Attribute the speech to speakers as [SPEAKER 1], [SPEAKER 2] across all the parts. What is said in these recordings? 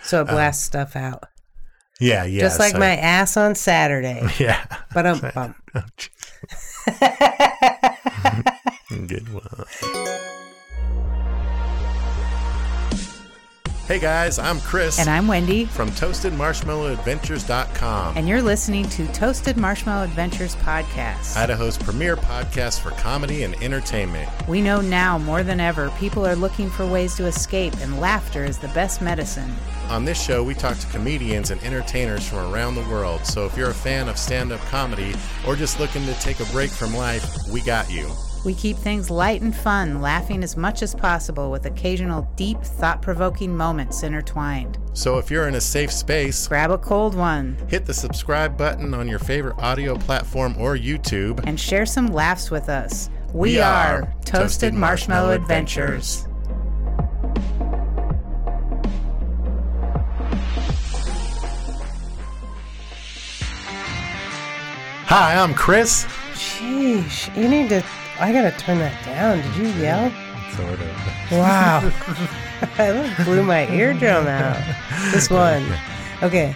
[SPEAKER 1] So it blasts stuff out.
[SPEAKER 2] Yeah, Uh, yeah.
[SPEAKER 1] Just like
[SPEAKER 2] so-
[SPEAKER 1] my ass on Saturday.
[SPEAKER 2] Yeah.
[SPEAKER 1] But um bum.
[SPEAKER 2] mm, Good one. Hey guys, I'm Chris
[SPEAKER 3] And I'm Wendy,
[SPEAKER 2] from ToastedMarshmallowAdventures.com,
[SPEAKER 3] and you're listening to Toasted Marshmallow Adventures Podcast.
[SPEAKER 2] Idaho's premier podcast for comedy and entertainment.
[SPEAKER 3] we know now more than ever people are looking for ways to escape, and laughter is the best medicine.
[SPEAKER 2] On this show, we talk to comedians and entertainers from around the world. So if you're a fan of stand up comedy or just looking to take a break from life, we got you.
[SPEAKER 3] We keep things light and fun, laughing as much as possible with occasional deep, thought provoking moments intertwined.
[SPEAKER 2] So if you're in a safe space,
[SPEAKER 3] Grab a cold one
[SPEAKER 2] hit the subscribe button on your favorite audio platform or YouTube.
[SPEAKER 3] and share some laughs with us. We,
[SPEAKER 2] We
[SPEAKER 3] are,
[SPEAKER 2] are
[SPEAKER 3] Toasted,
[SPEAKER 2] Toasted
[SPEAKER 3] Marshmallow,
[SPEAKER 2] Marshmallow
[SPEAKER 3] Adventures.
[SPEAKER 2] Hi, I'm Chris.
[SPEAKER 1] Sheesh. You need to I gotta turn that down. Did you yell?
[SPEAKER 2] Sort of.
[SPEAKER 1] Wow. I blew my eardrum out. This one. Okay.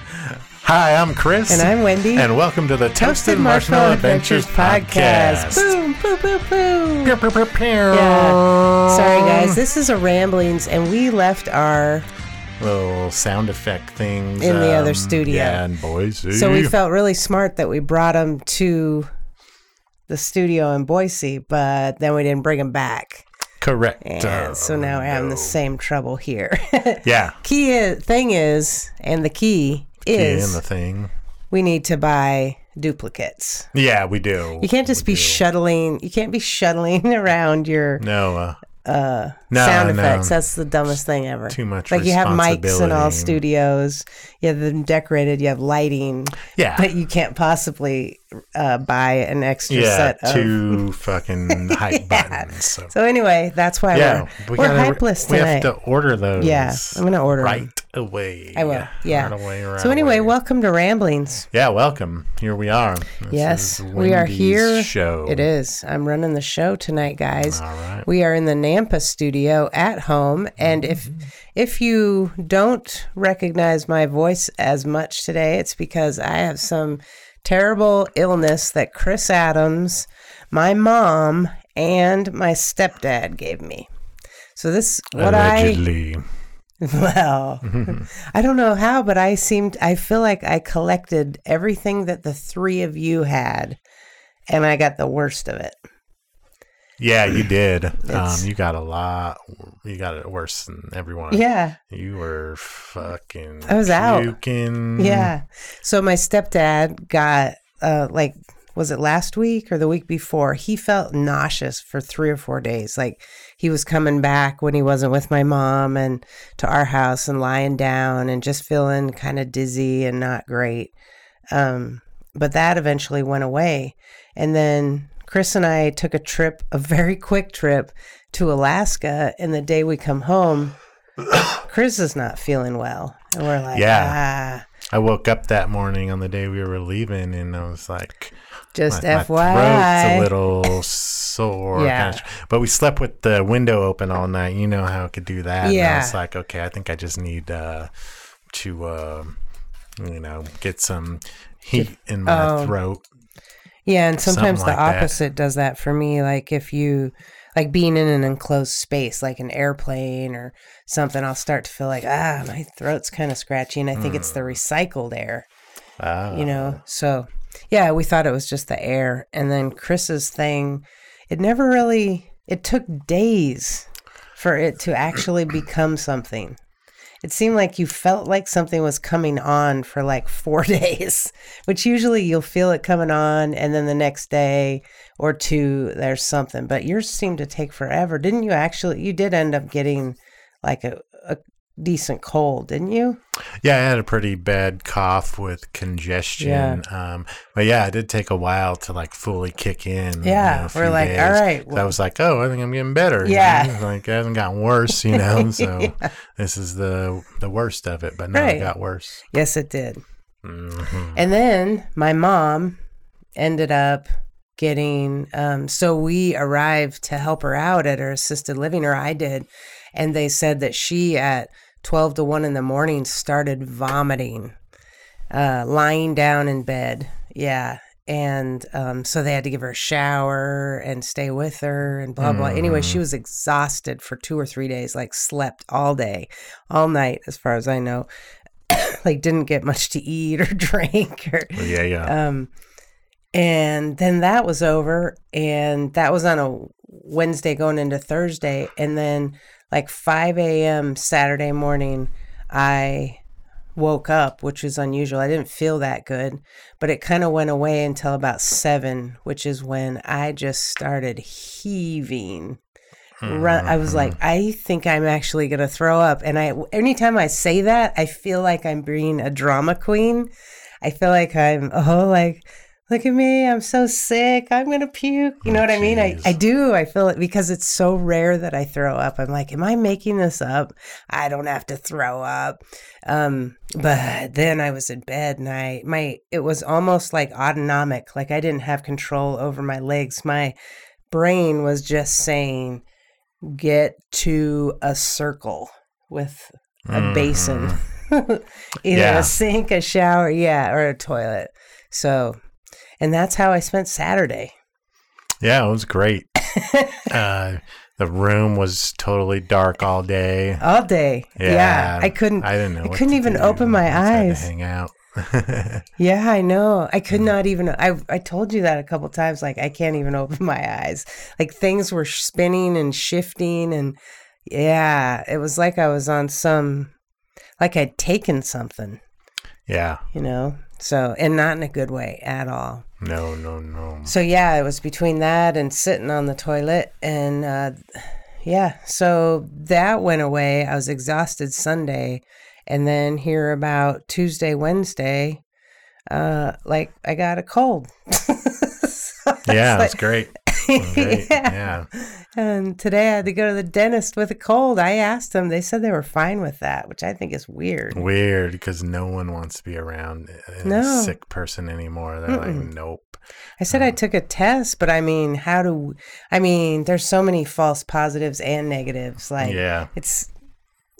[SPEAKER 2] Hi, I'm Chris.
[SPEAKER 1] And I'm Wendy.
[SPEAKER 2] And welcome to the Toasted, Marshmallow, Adventures, podcast.
[SPEAKER 1] Boom, boo, boo, boo.
[SPEAKER 2] Pew, pew, pew, pew.
[SPEAKER 1] Yeah. Sorry, guys. This is a ramblings, and we left our.
[SPEAKER 2] Little sound effect things um,
[SPEAKER 1] In the other studio.
[SPEAKER 2] Yeah, and Boise.
[SPEAKER 1] So we felt really smart that we brought them to the studio in Boise, but then we didn't bring them back,
[SPEAKER 2] correct.
[SPEAKER 1] and
[SPEAKER 2] Uh,
[SPEAKER 1] so now we're having the same trouble here.
[SPEAKER 2] yeah.
[SPEAKER 1] key i- thing is, and the key
[SPEAKER 2] Yeah, and
[SPEAKER 1] is,
[SPEAKER 2] the thing.
[SPEAKER 1] we need to buy duplicates.
[SPEAKER 2] Yeah, we do.
[SPEAKER 1] You can't just be shuttling. You can't be shuttling around your
[SPEAKER 2] No. Uh, no,
[SPEAKER 1] sound
[SPEAKER 2] no.
[SPEAKER 1] effects. That's the dumbest thing ever.
[SPEAKER 2] Too much
[SPEAKER 1] Like you have mics in
[SPEAKER 2] responsibility.
[SPEAKER 1] all studios. You have them decorated. You have lighting,
[SPEAKER 2] yeah.
[SPEAKER 1] but you can't possibly uh, buy an extra
[SPEAKER 2] yeah,
[SPEAKER 1] set of.
[SPEAKER 2] two fucking hype buttons. So,
[SPEAKER 1] So anyway, that's why
[SPEAKER 2] yeah,
[SPEAKER 1] we're, we are we are
[SPEAKER 2] gotta-
[SPEAKER 1] hypeless
[SPEAKER 2] We
[SPEAKER 1] tonight.
[SPEAKER 2] have to order those.
[SPEAKER 1] Yeah, I'm gonna order 'em.
[SPEAKER 2] right away.
[SPEAKER 1] I will. Yeah.
[SPEAKER 2] Right away. Right
[SPEAKER 1] so anyway,
[SPEAKER 2] away.
[SPEAKER 1] welcome to Ramblings.
[SPEAKER 2] Yeah, welcome. Here we are. This
[SPEAKER 1] yes,
[SPEAKER 2] is
[SPEAKER 1] we are
[SPEAKER 2] Wendy's
[SPEAKER 1] here.
[SPEAKER 2] Show.
[SPEAKER 1] It is. I'm running the show tonight, guys.
[SPEAKER 2] All right.
[SPEAKER 1] We are in the Nampa studio at home, and if
[SPEAKER 2] Mm-hmm.
[SPEAKER 1] if you don't recognize my voice as much today, it's because I have some terrible illness that Chris Adams, my mom, and my stepdad gave me. So this what I
[SPEAKER 2] Allegedly. Mm-hmm.
[SPEAKER 1] well, I don't know how, but I seemed, I feel like I collected everything that the three of you had and I got the worst of it.
[SPEAKER 2] Yeah, you did. um,
[SPEAKER 1] It's-
[SPEAKER 2] you got a lot. You got it worse than everyone.
[SPEAKER 1] Yeah.
[SPEAKER 2] You were fucking.
[SPEAKER 1] I was out.
[SPEAKER 2] puking.
[SPEAKER 1] Yeah. So my stepdad got, uh, like, was it last week or the week before? He felt nauseous for three or four days. Like he was coming back when he wasn't with my mom and to our house and lying down and just feeling kind of dizzy and not great. Um, but that eventually went away. And then Chris and I took a trip, a very quick trip to Alaska. And the day we come home, Chris is not feeling well. And we're like, "Ah."
[SPEAKER 2] Yeah.
[SPEAKER 1] yeah.
[SPEAKER 2] I woke up that morning on the day we were leaving, and I was like,
[SPEAKER 1] Just
[SPEAKER 2] my, my
[SPEAKER 1] FYI.
[SPEAKER 2] throat's a little sore.
[SPEAKER 1] Yeah.
[SPEAKER 2] kinda sh- But we slept with the window open all night. You know how it could do that. And I
[SPEAKER 1] Yeah.
[SPEAKER 2] was like, okay, I think I just need uh, to, uh, you know, get some heat in my
[SPEAKER 1] oh.
[SPEAKER 2] throat.
[SPEAKER 1] Yeah, and sometimes
[SPEAKER 2] Something
[SPEAKER 1] the
[SPEAKER 2] like that.
[SPEAKER 1] opposite does that for me. Like if you like being in an enclosed space, like an airplane or something, I'll start to feel like ah, my throat's kind of scratchy, and I think it's the recycled air.
[SPEAKER 2] Mm. Ah.
[SPEAKER 1] You know, so yeah, we thought it was just the air, and then Chris's thing, it never really. It took days for it to actually become something. It seemed like you felt like something was coming on for like four days, which usually you'll feel it coming on, and then the next day or two, there's something. But yours seemed to take forever, didn't you? Actually, you did end up getting like a, a decent cold, didn't you?
[SPEAKER 2] Yeah, I had a pretty bad cough with congestion. Um, but yeah, it did take a while to like fully kick in.
[SPEAKER 1] Yeah,
[SPEAKER 2] a
[SPEAKER 1] we're
[SPEAKER 2] few
[SPEAKER 1] like,
[SPEAKER 2] days.
[SPEAKER 1] all right,
[SPEAKER 2] So I
[SPEAKER 1] well-
[SPEAKER 2] was like, oh, I think I'm getting better. you
[SPEAKER 1] Yeah.
[SPEAKER 2] know? like I haven't gotten worse, you know. So this is the the worst of it. But no, it
[SPEAKER 1] Right.
[SPEAKER 2] got worse.
[SPEAKER 1] Yes, it did. And then my mom ended up getting, um, so we arrived to help her out at her assisted living, or I did. And they said that she at 12 to 1 in the morning started vomiting, uh, lying down in bed. Yeah. And um, so they had to give her a shower and stay with her and blah, blah. Anyway, she was exhausted for two or three days, like slept all day, all night, as far as I know like didn't get much to eat or drink or
[SPEAKER 2] But yeah, yeah.
[SPEAKER 1] um and then that was over and that was on a wednesday going into thursday and then like 5 a.m saturday morning i woke up which was unusual i didn't feel that good but it kind of went away until about 7 which is when i just started heaving run i was like i think i'm actually going to throw up and i anytime i say that i feel like i'm being a drama queen i feel like i'm oh like look at me i'm so sick i'm going to puke you know what i mean I,
[SPEAKER 2] jeez.
[SPEAKER 1] I do i feel it because it's so rare that i throw up i'm like am i making this up i don't have to throw up um but then i was in bed and i my it was almost like autonomic like i didn't have control over my legs my brain was just saying get to a circle with a basin, either
[SPEAKER 2] Mm-hmm. Yeah.
[SPEAKER 1] a sink, a shower, yeah, or a toilet. So, and that's how I spent Saturday.
[SPEAKER 2] Yeah, it was great. uh, the room was totally dark all day.
[SPEAKER 1] all day. Yeah, I couldn't.
[SPEAKER 2] I didn't know.
[SPEAKER 1] I
[SPEAKER 2] what
[SPEAKER 1] couldn't
[SPEAKER 2] to
[SPEAKER 1] even
[SPEAKER 2] do.
[SPEAKER 1] open
[SPEAKER 2] I
[SPEAKER 1] my
[SPEAKER 2] just had to
[SPEAKER 1] eyes.
[SPEAKER 2] hang Mm-hmm. out.
[SPEAKER 1] Yeah, I know. I could not even. I I told you that a couple times. Like I can't even open my eyes. Like things were spinning and shifting, and yeah, it was like I was on some, like I'd taken something,
[SPEAKER 2] yeah.
[SPEAKER 1] you know. So and not in a good way at all.
[SPEAKER 2] No, no, no.
[SPEAKER 1] So yeah, it was between that and sitting on the toilet, and uh, yeah, so that went away. I was exhausted Sunday, and then here about Tuesday, Wednesday, uh, like I got a cold.
[SPEAKER 2] Yeah, it was great. It was great. yeah.
[SPEAKER 1] Yeah. And today I had to go to the dentist with a cold. I asked them; they said they were fine with that, which I think is weird.
[SPEAKER 2] Oh, Weird because no one wants to be around a
[SPEAKER 1] No.
[SPEAKER 2] sick person anymore. They're like, nope.
[SPEAKER 1] I said I took a test, but I mean, how do I mean? There's so many false positives and negatives. Like,
[SPEAKER 2] Yeah.
[SPEAKER 1] it's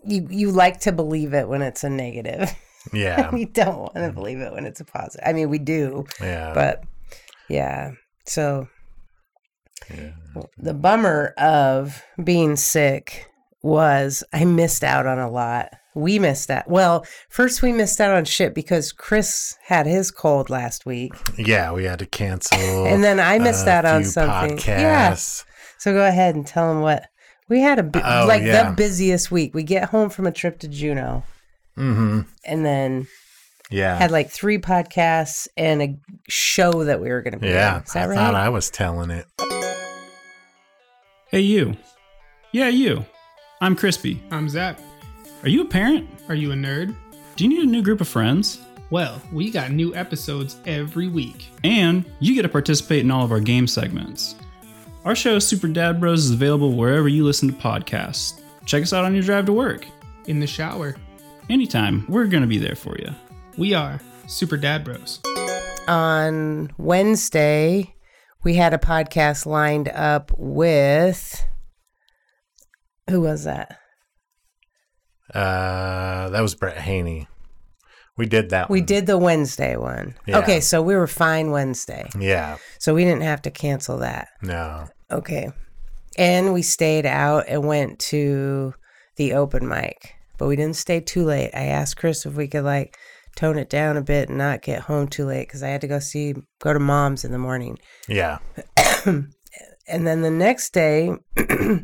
[SPEAKER 1] you. You like to believe it when it's a negative.
[SPEAKER 2] Yeah. Mm-hmm.
[SPEAKER 1] we don't want to believe it when it's a positive. I mean, we do,
[SPEAKER 2] Yeah.
[SPEAKER 1] but yeah. So
[SPEAKER 2] yeah.
[SPEAKER 1] the bummer of being sick was I missed out on a lot. We missed out. Well, first we missed out on shit because Chris had his cold last week,
[SPEAKER 2] Yeah, we had to cancel.
[SPEAKER 1] and then I missed
[SPEAKER 2] a
[SPEAKER 1] out on
[SPEAKER 2] few
[SPEAKER 1] something. Yeah.
[SPEAKER 2] Podcasts.
[SPEAKER 1] So go ahead and tell them what we had a bu-
[SPEAKER 2] Oh,
[SPEAKER 1] like
[SPEAKER 2] yeah.
[SPEAKER 1] the busiest week. We get home from a trip to Juneau, and then
[SPEAKER 2] Mm-hmm. Yeah.
[SPEAKER 1] had like three podcasts and a show that we were going to be.
[SPEAKER 2] yeah.
[SPEAKER 1] on. is that
[SPEAKER 2] I
[SPEAKER 1] right?
[SPEAKER 2] thought I was telling it.
[SPEAKER 4] Hey, you. Yeah, you. I'm Crispy.
[SPEAKER 5] I'm Zach.
[SPEAKER 4] Are you a parent?
[SPEAKER 5] Are you a nerd?
[SPEAKER 4] Do you need a new group of friends?
[SPEAKER 5] Well, we got new episodes every week.
[SPEAKER 4] And you get to participate in all of our game segments. Our show, Super Dad Bros, is available wherever you listen to podcasts. Check us out on your drive to work.
[SPEAKER 5] In the shower,
[SPEAKER 4] Anytime, we're going to be there for you.
[SPEAKER 5] we are Super Dad Bros.
[SPEAKER 1] on Wednesday, we had a podcast lined up with who was that?
[SPEAKER 2] Uh, that was Brett Haney. We did that.
[SPEAKER 1] We
[SPEAKER 2] one.
[SPEAKER 1] did the Wednesday one.
[SPEAKER 2] Uh, Yeah.
[SPEAKER 1] Okay, so we were fine Wednesday,
[SPEAKER 2] Yeah.
[SPEAKER 1] so we didn't have to cancel that.
[SPEAKER 2] No.
[SPEAKER 1] Okay, and we stayed out and went to the open mic, but we didn't stay too late. I asked Chris if we could like tone it down a bit and not get home too late because I had to go see go to mom's in the morning.
[SPEAKER 2] Yeah.
[SPEAKER 1] and then the next day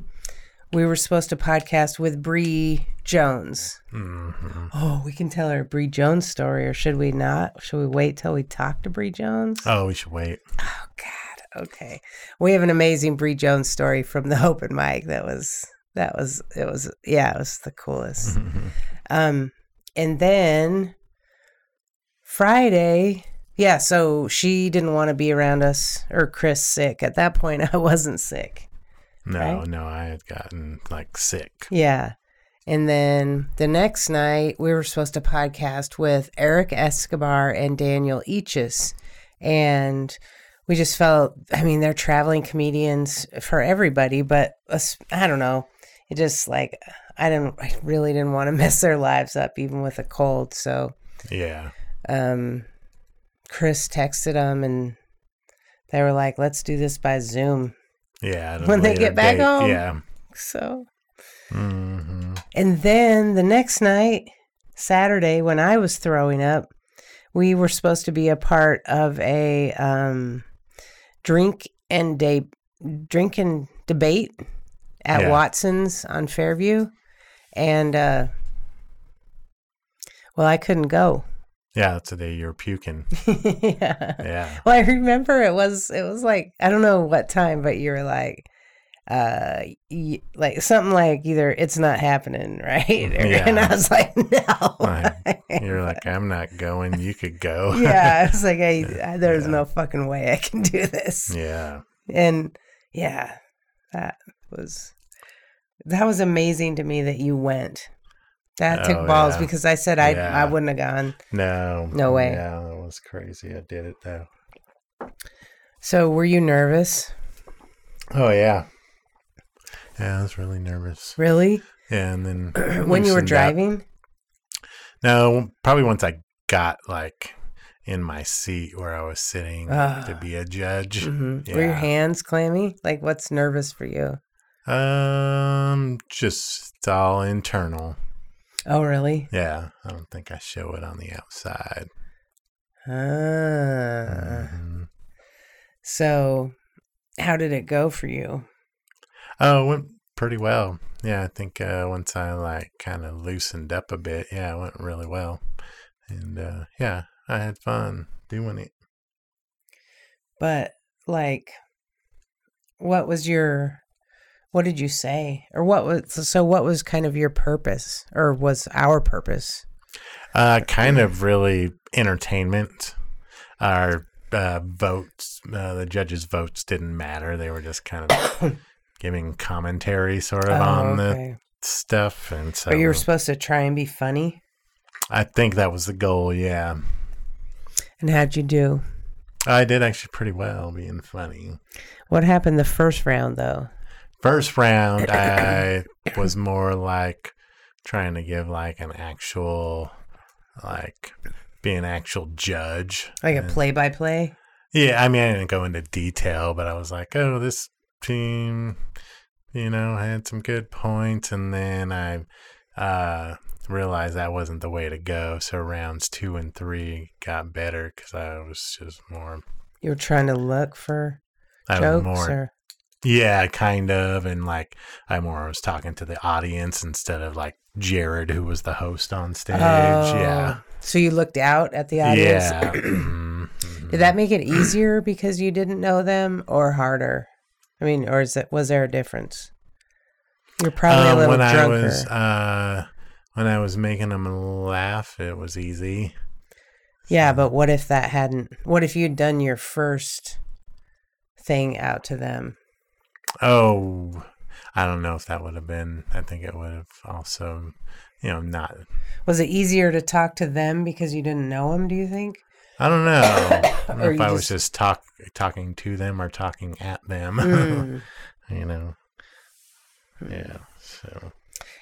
[SPEAKER 1] we were supposed to podcast with Bree Jones. Oh, we can tell her a Bree Jones story, or should we not? Should we wait till we talk to Bree Jones?
[SPEAKER 2] Oh, we should wait.
[SPEAKER 1] God, okay. We have an amazing Bree Jones story from the open mic that was that was it was yeah it was the coolest um and then friday yeah so she didn't want to be around us or chris sick at that point i wasn't sick
[SPEAKER 2] No,
[SPEAKER 1] Right?
[SPEAKER 2] no, I had gotten like sick.
[SPEAKER 1] yeah and then the next night we were supposed to podcast with eric escobar and daniel eaches and we just felt i mean they're traveling comedians for everybody but us, i don't know it just like i didn't i really didn't want to mess their lives up even with a cold so
[SPEAKER 2] Yeah.
[SPEAKER 1] um chris texted them and they were like let's do this by zoom
[SPEAKER 2] Yeah. at a
[SPEAKER 1] When they
[SPEAKER 2] later
[SPEAKER 1] get back
[SPEAKER 2] date.
[SPEAKER 1] home.
[SPEAKER 2] Yeah.
[SPEAKER 1] so
[SPEAKER 2] hmm
[SPEAKER 1] and then the next night saturday when i was throwing up we were supposed to be a part of a um drink and de- drink and debate at
[SPEAKER 2] Yeah.
[SPEAKER 1] watson's on fairview and uh well i couldn't go
[SPEAKER 2] Yeah, that's the day you're puking.
[SPEAKER 1] yeah
[SPEAKER 2] Yeah.
[SPEAKER 1] Well, I remember it was it was like I don't know what time, but you were like, uh, y- like something like either it's not happening, right?
[SPEAKER 2] Yeah.
[SPEAKER 1] And I was like, no.
[SPEAKER 2] Like, you're like, I'm not going. You could go.
[SPEAKER 1] yeah, I was like, I, I, there's
[SPEAKER 2] Yeah.
[SPEAKER 1] no fucking way I can do this.
[SPEAKER 2] yeah.
[SPEAKER 1] And yeah, that was that was amazing to me that you went. That
[SPEAKER 2] Oh,
[SPEAKER 1] took balls
[SPEAKER 2] yeah.
[SPEAKER 1] because I said I
[SPEAKER 2] Yeah.
[SPEAKER 1] I wouldn't have gone.
[SPEAKER 2] No.
[SPEAKER 1] No way.
[SPEAKER 2] Yeah, that was crazy. I did it though.
[SPEAKER 1] So were you nervous?
[SPEAKER 2] Oh yeah. Yeah, I was really nervous.
[SPEAKER 1] Really?
[SPEAKER 2] Yeah, and then
[SPEAKER 1] when you
[SPEAKER 2] loosened
[SPEAKER 1] were
[SPEAKER 2] up.
[SPEAKER 1] driving?
[SPEAKER 2] No, probably once I got like in my seat where I was sitting
[SPEAKER 1] Ah.
[SPEAKER 2] to be a judge.
[SPEAKER 1] hmm Were your
[SPEAKER 2] Yeah.
[SPEAKER 1] hands clammy? Like, what's nervous for you?
[SPEAKER 2] Um, just it's all internal.
[SPEAKER 1] Oh, really?
[SPEAKER 2] Yeah, I don't think I show it on the outside.
[SPEAKER 1] Ah. Uh.
[SPEAKER 2] Mhm.
[SPEAKER 1] So, how did it go for you?
[SPEAKER 2] Oh, it went pretty well. Yeah, I think uh, once I like kind of loosened up a bit, yeah, it went really well. And uh, yeah, I had fun doing it.
[SPEAKER 1] But, like, what was your, what did you say? Or what was, so what was kind of your purpose or was our purpose?
[SPEAKER 2] Uh, kind of really entertainment. Our uh, votes, uh, the judges' votes didn't matter. They were just kind of giving commentary sort of on the stuff. And so
[SPEAKER 1] Or Oh, you were supposed to try and be funny?
[SPEAKER 2] I think that was the goal. Yeah.
[SPEAKER 1] And how'd you do?
[SPEAKER 2] I did actually pretty well being funny.
[SPEAKER 1] What happened the first round, though?
[SPEAKER 2] First round, I was more like trying to give like an actual, like, be an actual judge.
[SPEAKER 1] Like a
[SPEAKER 2] And-
[SPEAKER 1] play by play?
[SPEAKER 2] Yeah, I mean, I didn't go into detail, but I was like, oh, this team, you know, had some good points. And then I uh, realized that wasn't the way to go. So rounds two and three got better because I was just more,
[SPEAKER 1] You were trying to look for
[SPEAKER 2] I was
[SPEAKER 1] jokes
[SPEAKER 2] more,
[SPEAKER 1] or?
[SPEAKER 2] yeah, kind of. And like, I more was talking to the audience instead of like Jared, who was the host on stage. Yeah.
[SPEAKER 1] Oh, So you looked out at the audience.
[SPEAKER 2] Yeah. Mhm, mhm.
[SPEAKER 1] Did that make it easier because you didn't know them, or harder? I mean, or is it was there a difference? You're probably a
[SPEAKER 2] Um,
[SPEAKER 1] little
[SPEAKER 2] when
[SPEAKER 1] drunker.
[SPEAKER 2] I was uh, when I was making them laugh, it was easy.
[SPEAKER 1] yeah, but what if that hadn't? What if you'd done your first thing out to them?
[SPEAKER 2] Oh, I don't know if that would have been. I think it would have also, you know, not.
[SPEAKER 1] Was it easier to talk to them because you didn't know them? Do you think?
[SPEAKER 2] I don't know, I don't know
[SPEAKER 1] Or
[SPEAKER 2] if
[SPEAKER 1] you
[SPEAKER 2] I was
[SPEAKER 1] just-
[SPEAKER 2] just talk talking to them or talking at them.
[SPEAKER 1] Mm.
[SPEAKER 2] you know.
[SPEAKER 1] Hmm.
[SPEAKER 2] Yeah. So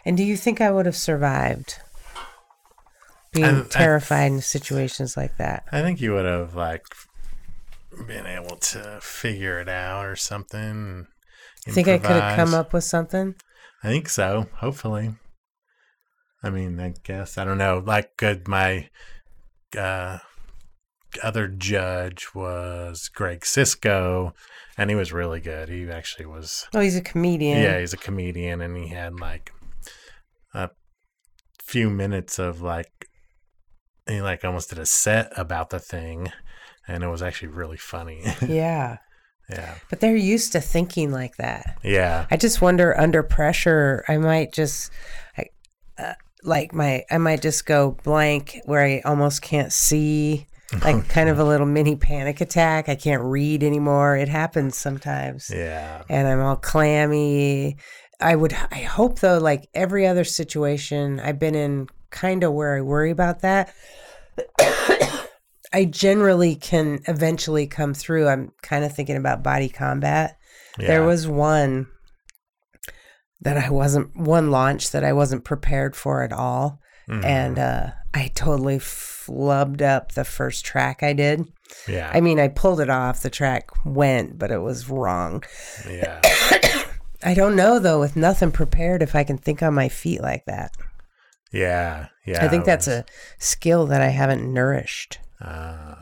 [SPEAKER 1] And do you think I would have survived being
[SPEAKER 2] I- I-
[SPEAKER 1] terrified in situations like that?
[SPEAKER 2] I think you would have like been able to figure it out or something.
[SPEAKER 1] You think I could have come
[SPEAKER 2] improvise.
[SPEAKER 1] up with something?
[SPEAKER 2] I think so. Hopefully. I mean, I guess I don't know. Like, good. My uh, other judge was Greg Cisco, and he was really good. He actually was.
[SPEAKER 1] Oh, he's a comedian.
[SPEAKER 2] Yeah, he's a comedian, and he had like a few minutes of like he like almost did a set about the thing, and it was actually really funny.
[SPEAKER 1] Yeah.
[SPEAKER 2] Yeah.
[SPEAKER 1] But they're used to thinking like that.
[SPEAKER 2] Yeah.
[SPEAKER 1] I just wonder under pressure, I might just, I, uh, like my, I might just go blank where I almost can't see, like kind of a little mini panic attack. I can't read anymore. It happens sometimes,
[SPEAKER 2] Yeah.
[SPEAKER 1] and I'm all clammy. I would, I hope though, like every other situation I've been in, kind of where I worry about that. I generally can eventually come through. I'm kind of thinking about body combat.
[SPEAKER 2] yeah.
[SPEAKER 1] There was one that I wasn't one launch that I wasn't prepared for at all,
[SPEAKER 2] Mhm.
[SPEAKER 1] and uh, I totally flubbed up the first track I did.
[SPEAKER 2] yeah.
[SPEAKER 1] I mean, I pulled it off. The track went, but it was wrong.
[SPEAKER 2] yeah.
[SPEAKER 1] I don't know though, with nothing prepared, if I can think on my feet like that.
[SPEAKER 2] Yeah. Yeah.
[SPEAKER 1] I think
[SPEAKER 2] it
[SPEAKER 1] that's
[SPEAKER 2] was-
[SPEAKER 1] a skill that I haven't nourished.
[SPEAKER 2] Ah.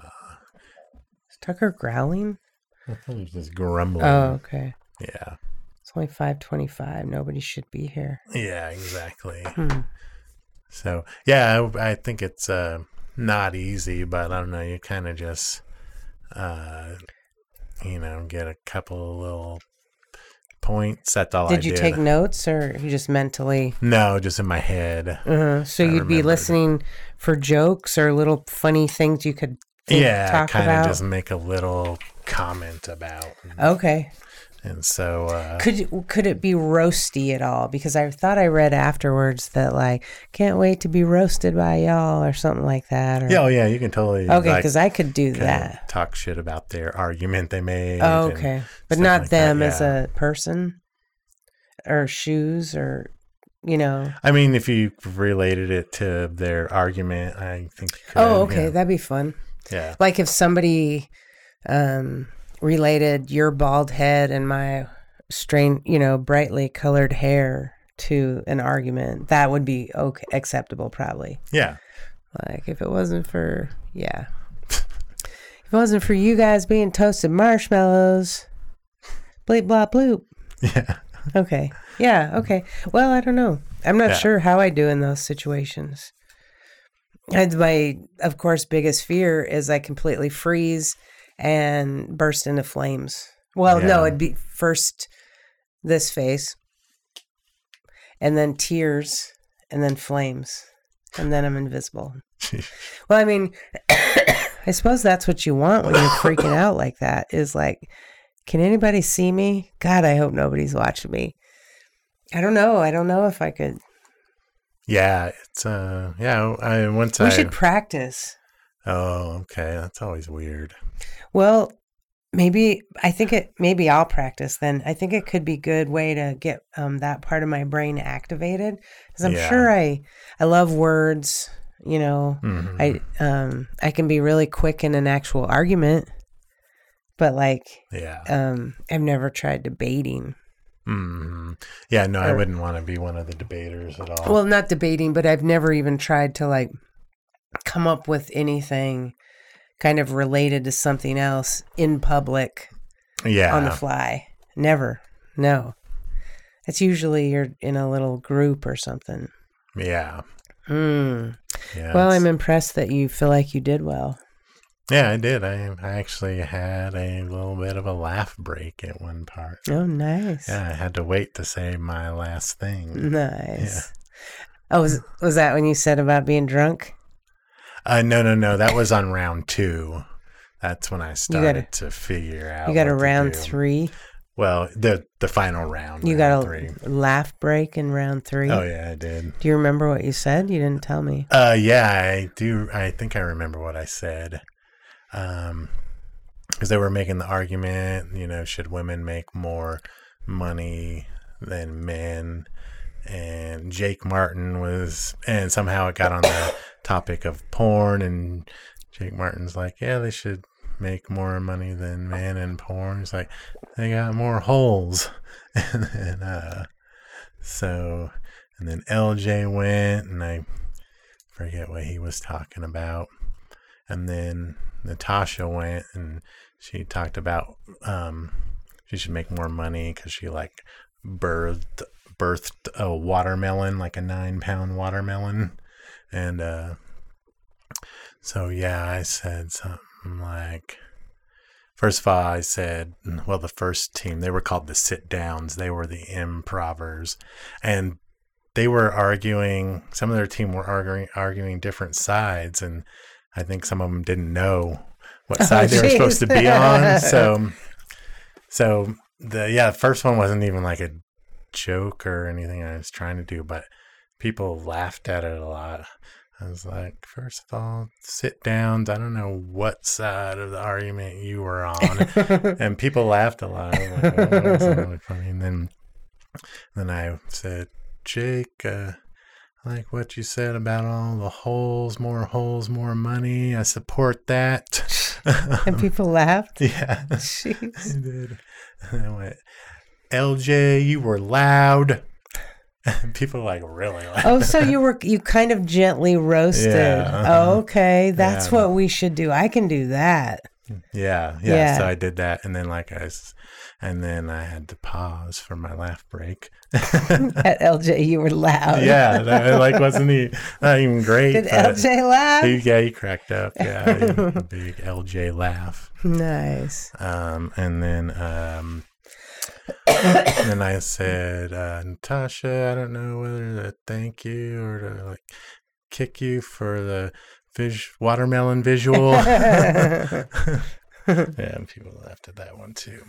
[SPEAKER 1] Is Tucker growling?
[SPEAKER 2] I thought he was just grumbling.
[SPEAKER 1] Oh, okay.
[SPEAKER 2] Yeah.
[SPEAKER 1] It's only five twenty-five. Nobody should be here.
[SPEAKER 2] Yeah, exactly.
[SPEAKER 1] Hmm.
[SPEAKER 2] So, yeah, I, I think it's uh, not easy, but I don't know. You kind of just, uh, you know, get a couple little points. That's all Oh, I
[SPEAKER 1] Did you
[SPEAKER 2] did.
[SPEAKER 1] take notes, or you just mentally?
[SPEAKER 2] no, just in my head.
[SPEAKER 1] Uh, so
[SPEAKER 2] Uh-huh. I
[SPEAKER 1] you'd be
[SPEAKER 2] remembered.
[SPEAKER 1] listening for jokes or little funny things you could think,
[SPEAKER 2] yeah,
[SPEAKER 1] talk
[SPEAKER 2] kind
[SPEAKER 1] about.
[SPEAKER 2] of just make a little comment about.
[SPEAKER 1] okay.
[SPEAKER 2] And so, uh,
[SPEAKER 1] Could could it be roasty at all? Because I thought I read afterwards that like can't wait to be roasted by y'all or something like that. Or,
[SPEAKER 2] yeah, oh, yeah, you can totally.
[SPEAKER 1] Okay,
[SPEAKER 2] like,
[SPEAKER 1] because I could do
[SPEAKER 2] kinda
[SPEAKER 1] that.
[SPEAKER 2] Talk shit about their argument they made.
[SPEAKER 1] Oh,
[SPEAKER 2] and
[SPEAKER 1] okay, but
[SPEAKER 2] stuff
[SPEAKER 1] not
[SPEAKER 2] like that,
[SPEAKER 1] them as
[SPEAKER 2] yeah.
[SPEAKER 1] a person or shoes or you know.
[SPEAKER 2] I mean, if you related it to their argument, I think. You could,
[SPEAKER 1] Oh, okay,
[SPEAKER 2] yeah.
[SPEAKER 1] that'd be fun.
[SPEAKER 2] yeah.
[SPEAKER 1] Like if somebody um, related your bald head and my strain, you know, brightly colored hair to an argument, that would be okay, acceptable probably.
[SPEAKER 2] Yeah.
[SPEAKER 1] Like if it wasn't for, yeah. if it wasn't for you guys being toasted marshmallows, bleep, blah, bloop.
[SPEAKER 2] Yeah.
[SPEAKER 1] Okay. Yeah. Okay. Well, I don't know. I'm not
[SPEAKER 2] Yeah.
[SPEAKER 1] sure how I do in those situations. And my, of course, biggest fear is I completely freeze and burst into flames. Well, no,
[SPEAKER 2] Yeah.
[SPEAKER 1] it'd be first this face, and then tears, and then flames, and then I'm invisible. Well, I mean, I suppose that's what you want when you're freaking out like that is like, can anybody see me? God, I hope nobody's watching me. I don't know. I don't know if I could.
[SPEAKER 2] Yeah. It's, uh, yeah. I once
[SPEAKER 1] We
[SPEAKER 2] I.
[SPEAKER 1] should practice.
[SPEAKER 2] oh, okay. That's always weird.
[SPEAKER 1] Well, maybe I think it, maybe I'll practice then. I think it could be good way to get um, that part of my brain activated because I'm
[SPEAKER 2] Yeah.
[SPEAKER 1] sure I, I love words, you know,
[SPEAKER 2] Mhm.
[SPEAKER 1] I, um, I can be really quick in an actual argument, but like,
[SPEAKER 2] yeah.
[SPEAKER 1] um, I've never tried debating.
[SPEAKER 2] hmm Yeah. No, I
[SPEAKER 1] or-
[SPEAKER 2] wouldn't want to be one of the debaters at all.
[SPEAKER 1] Well, not debating, but I've never even tried to like come up with anything kind of related to something else in public
[SPEAKER 2] yeah.
[SPEAKER 1] on the fly. Never. No. It's usually you're in a little group or something.
[SPEAKER 2] yeah. Hmm.
[SPEAKER 1] Mm.
[SPEAKER 2] Yeah.
[SPEAKER 1] Well,
[SPEAKER 2] it's-
[SPEAKER 1] I'm impressed that you feel like you did well.
[SPEAKER 2] yeah, I did. I, I actually had a little bit of a laugh break at one part.
[SPEAKER 1] Oh, nice.
[SPEAKER 2] Yeah. I had to wait to say my last thing.
[SPEAKER 1] Nice. Oh, was, was that when you said about being drunk?
[SPEAKER 2] Uh, no, no, no. That was on round two. That's when I
[SPEAKER 1] gotta-
[SPEAKER 2] started to figure out.
[SPEAKER 1] You got a
[SPEAKER 2] what to
[SPEAKER 1] round
[SPEAKER 2] do.
[SPEAKER 1] three.
[SPEAKER 2] Well, the the final round.
[SPEAKER 1] You
[SPEAKER 2] round
[SPEAKER 1] got a laugh break in round three.
[SPEAKER 2] Oh yeah, I did.
[SPEAKER 1] Do you remember what you said? You didn't tell me.
[SPEAKER 2] Uh, yeah, I do. I think I remember what I said. Um, because they were making the argument, you know, should women make more money than men? And Jake Martin was, and somehow it got on the topic of porn. And Jake Martin's like, yeah, they should make more money than men in porn. It's like they got more holes, and then uh, so, and then LJ went, and I forget what he was talking about. And then Natasha went and she talked about um, she should make more money because she like birthed birthed a watermelon, like a nine pound watermelon. And uh, so yeah, I said something like, First of all, I said, well, the first team, they were called the sit downs. They were the improvers. And they were arguing, some of their team were arguing, arguing different sides. And I think some of them didn't know what side they were
[SPEAKER 1] jeez.
[SPEAKER 2] supposed to be on. So, so the, yeah, the first one wasn't even like a joke or anything I was trying to do, but people laughed at it a lot. I was like, first of all, sit downs. I don't know what side of the argument you were on. and people laughed a lot. I was like, oh, that's not really funny. And then, then I said, Jake, uh, I like what you said about all the holes, more holes, more money. I support that.
[SPEAKER 1] and people laughed.
[SPEAKER 2] yeah. I
[SPEAKER 1] Jeez.
[SPEAKER 2] did. And I went, LJ, you were loud. And people were like, really loud.
[SPEAKER 1] Oh, so you were you kind of gently roasted.
[SPEAKER 2] Yeah, uh-huh.
[SPEAKER 1] Oh, okay,
[SPEAKER 2] Yeah.
[SPEAKER 1] that's what we should do. I can do that.
[SPEAKER 2] Yeah, yeah, So
[SPEAKER 1] Yeah.
[SPEAKER 2] I did that, and then like I, s- and then I had to pause for my laugh break.
[SPEAKER 1] Oh. At LJ, you were loud.
[SPEAKER 2] yeah, that, like wasn't he not even great?
[SPEAKER 1] Did
[SPEAKER 2] but
[SPEAKER 1] LJ laugh?
[SPEAKER 2] He, yeah, he cracked up. Yeah, he had a big LJ laugh.
[SPEAKER 1] nice.
[SPEAKER 2] Um, and then um, and then I said, uh, Natasha, I don't know whether to thank you or to like kick you for the vis- watermelon visual. yeah, and people laughed at that one too.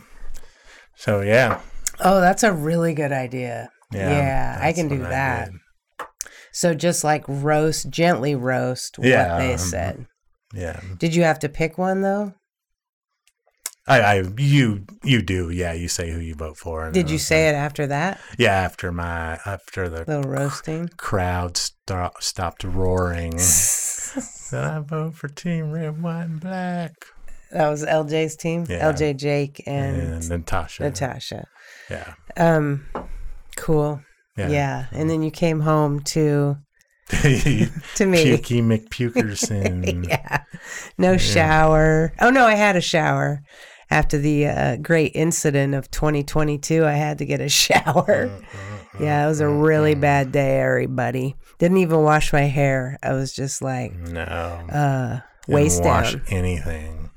[SPEAKER 2] So yeah,
[SPEAKER 1] Oh, that's a really good idea.
[SPEAKER 2] yeah,
[SPEAKER 1] Yeah, I
[SPEAKER 2] that's
[SPEAKER 1] can do
[SPEAKER 2] what I
[SPEAKER 1] that.
[SPEAKER 2] did.
[SPEAKER 1] So just like roast, gently roast what
[SPEAKER 2] Yeah,
[SPEAKER 1] they
[SPEAKER 2] um,
[SPEAKER 1] said.
[SPEAKER 2] Yeah,
[SPEAKER 1] Did you have to pick one though?
[SPEAKER 2] I, I, you, you do. Yeah, you say who you vote for. and
[SPEAKER 1] Did
[SPEAKER 2] then-
[SPEAKER 1] you say it after that
[SPEAKER 2] Yeah, after my after the
[SPEAKER 1] little roasting?
[SPEAKER 2] crowd sto- stopped roaring. Then I vote for Team Red, White, and Black.
[SPEAKER 1] That was LJ's team,
[SPEAKER 2] Yeah.
[SPEAKER 1] LJ, Jake, and,
[SPEAKER 2] And, Natasha.
[SPEAKER 1] Natasha.
[SPEAKER 2] Yeah.
[SPEAKER 1] Um, cool.
[SPEAKER 2] Yeah.
[SPEAKER 1] Yeah. and then you came home to to me.
[SPEAKER 2] Pukey McPukerson.
[SPEAKER 1] Yeah, no shower. Oh no, I had a shower after the uh, great incident of 2022. I had to get a shower.
[SPEAKER 2] Uh,
[SPEAKER 1] Yeah, it was a really bad day, everybody. Didn't even wash my hair. I was just like
[SPEAKER 2] No.
[SPEAKER 1] uh,
[SPEAKER 2] Mm. Didn't
[SPEAKER 1] waist
[SPEAKER 2] wash
[SPEAKER 1] down.
[SPEAKER 2] anything.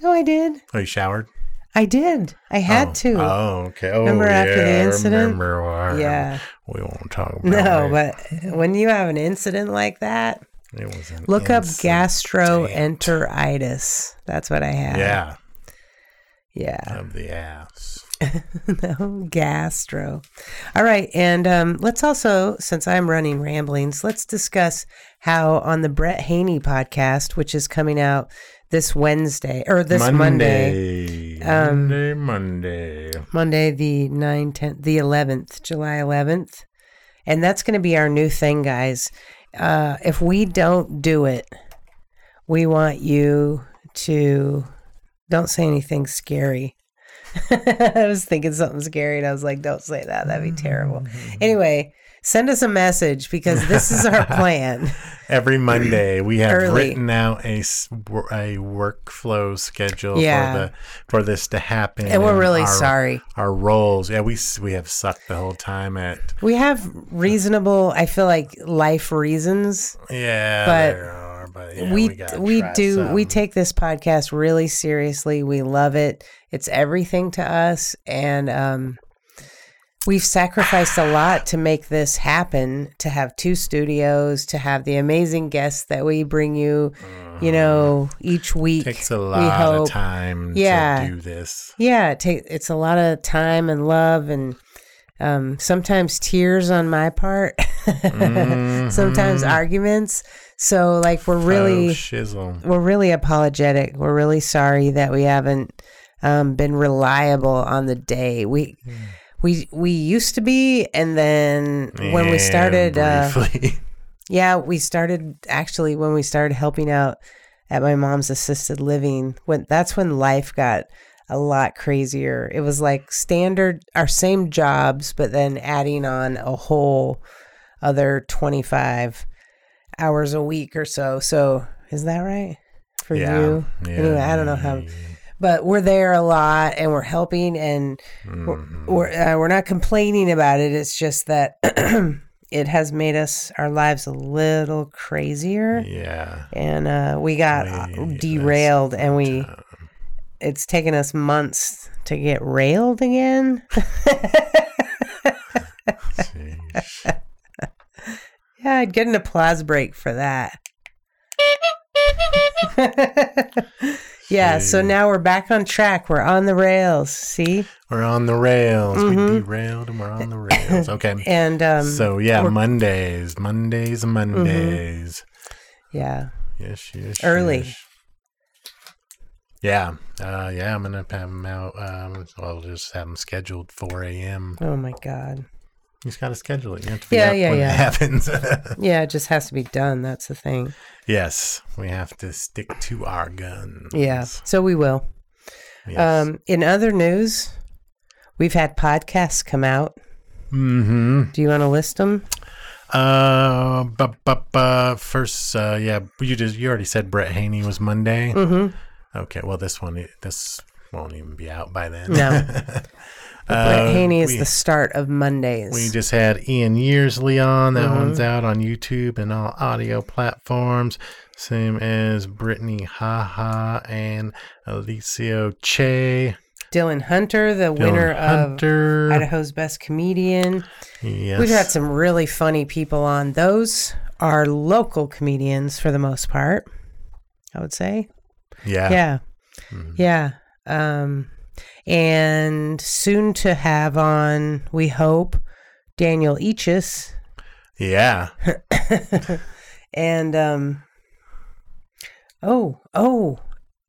[SPEAKER 1] No, I did.
[SPEAKER 2] Oh, you showered?
[SPEAKER 1] I did. I had
[SPEAKER 2] oh.
[SPEAKER 1] to.
[SPEAKER 2] Oh, okay. Oh,
[SPEAKER 1] Remember
[SPEAKER 2] yeah.
[SPEAKER 1] after the incident?
[SPEAKER 2] I remember why.
[SPEAKER 1] Yeah.
[SPEAKER 2] We won't talk about
[SPEAKER 1] No,
[SPEAKER 2] it.
[SPEAKER 1] but when you have an incident like that,
[SPEAKER 2] it was an
[SPEAKER 1] look up
[SPEAKER 2] incident.
[SPEAKER 1] gastroenteritis. That's what I had.
[SPEAKER 2] Yeah.
[SPEAKER 1] Yeah.
[SPEAKER 2] Of the ass.
[SPEAKER 1] no, gastro. All right. And um, let's also, since I'm running ramblings, let's discuss how on the Brett Haney podcast, which is coming out this Wednesday or this Monday, Um,
[SPEAKER 2] Monday. Monday, Monday.
[SPEAKER 1] Monday, the 9th, 10th, the 11th, July 11th. And that's going to be our new thing, guys. Uh, if we don't do it, we want you to don't say anything scary. I was thinking something scary and I was like, don't say that. That'd be terrible. Anyway, send us a message because this is our plan.
[SPEAKER 2] Every Monday, we have
[SPEAKER 1] Early.
[SPEAKER 2] written out a s- wor- a workflow schedule
[SPEAKER 1] Yeah.
[SPEAKER 2] for the for this to happen,
[SPEAKER 1] And we're really
[SPEAKER 2] our-
[SPEAKER 1] sorry.
[SPEAKER 2] Our roles, yeah, we s- we have sucked the whole time at
[SPEAKER 1] We have reasonable, I feel like, life reasons.
[SPEAKER 2] yeah,
[SPEAKER 1] But
[SPEAKER 2] there are, but yeah,
[SPEAKER 1] we
[SPEAKER 2] gotta
[SPEAKER 1] we
[SPEAKER 2] try
[SPEAKER 1] do we
[SPEAKER 2] something.
[SPEAKER 1] take this podcast really seriously. We love it. It's everything to us, and um, we've sacrificed a lot to make this happen. To have two studios, to have the amazing guests that we bring you, you know, each week.
[SPEAKER 2] Mm-hmm. takes a
[SPEAKER 1] we
[SPEAKER 2] lot
[SPEAKER 1] hope.
[SPEAKER 2] of time
[SPEAKER 1] Yeah.
[SPEAKER 2] to do this.
[SPEAKER 1] Yeah, it take, it's a lot of time and love and um, sometimes tears on my part,
[SPEAKER 2] Mm-hmm.
[SPEAKER 1] sometimes arguments. So like we're really
[SPEAKER 2] oh, shizzle.
[SPEAKER 1] we're really apologetic. We're really sorry that we haven't um, been reliable on the day. We we we used to be, and then when we
[SPEAKER 2] And
[SPEAKER 1] started, uh,
[SPEAKER 2] briefly.
[SPEAKER 1] yeah, we started actually when we started helping out at my mom's assisted living. When that's when life got a lot crazier. It was like standard our same jobs, but then adding on a whole other twenty five hours a week or so. So is that right for
[SPEAKER 2] Yeah,
[SPEAKER 1] you? Anyway, I don't know how, but we're there a lot and we're helping and we're we're, uh, we're not complaining about it. It's just that it has made us our lives a little crazier
[SPEAKER 2] yeah,
[SPEAKER 1] and uh, we got uh
[SPEAKER 2] We- that's
[SPEAKER 1] derailed and we it's taken us months to get railed again.
[SPEAKER 2] Jeez.
[SPEAKER 1] yeah, I'd get an applause break for that. yeah, so
[SPEAKER 2] Jeez.
[SPEAKER 1] now we're back on track. We're on the rails. See,
[SPEAKER 2] We're on the rails. We
[SPEAKER 1] Mhm.
[SPEAKER 2] derailed and we're on the rails. Okay.
[SPEAKER 1] and um,
[SPEAKER 2] so yeah,
[SPEAKER 1] we're- Mm-hmm.
[SPEAKER 2] Mondays, Mondays, Mondays.
[SPEAKER 1] yeah,
[SPEAKER 2] Yes, yes.
[SPEAKER 1] Early.
[SPEAKER 2] yes. Yeah, uh, yeah. I'm gonna have them out. Um, I'll just have them scheduled 4 a.m.
[SPEAKER 1] oh my god,
[SPEAKER 2] You just gotta schedule it. You have to figure
[SPEAKER 1] Yeah,
[SPEAKER 2] out
[SPEAKER 1] yeah,
[SPEAKER 2] when
[SPEAKER 1] yeah.
[SPEAKER 2] it happens.
[SPEAKER 1] yeah, it just has to be done. That's the thing.
[SPEAKER 2] yes, we have to stick to our guns.
[SPEAKER 1] Yeah, so we will.
[SPEAKER 2] Yes.
[SPEAKER 1] Um, in other news, we've had podcasts come out.
[SPEAKER 2] mm-hmm.
[SPEAKER 1] Do you want to list them?
[SPEAKER 2] Uh, bu- bu- bu- first, uh, yeah, you just you already said Brett Haney was Monday.
[SPEAKER 1] Mm-hmm.
[SPEAKER 2] Okay, well, this one this won't even be out by then.
[SPEAKER 1] No. Brett
[SPEAKER 2] Uh,
[SPEAKER 1] Haney is
[SPEAKER 2] we-
[SPEAKER 1] the start of Mondays.
[SPEAKER 2] We just had Ian Yearsley on. That
[SPEAKER 1] Mm-hmm.
[SPEAKER 2] one's out on YouTube and all audio platforms. Same as Brittany Haha and Alicio Che.
[SPEAKER 1] Dylan Hunter, the winner
[SPEAKER 2] Dylan Hunter.
[SPEAKER 1] of Idaho's Best Comedian.
[SPEAKER 2] Yes.
[SPEAKER 1] We've had some really funny people on. Those are local comedians for the most part, I would say.
[SPEAKER 2] Yeah. Mm-hmm.
[SPEAKER 1] Yeah. Yeah. Um, and soon to have on, we hope, Daniel Eachis.
[SPEAKER 2] Yeah.
[SPEAKER 1] And um oh, oh,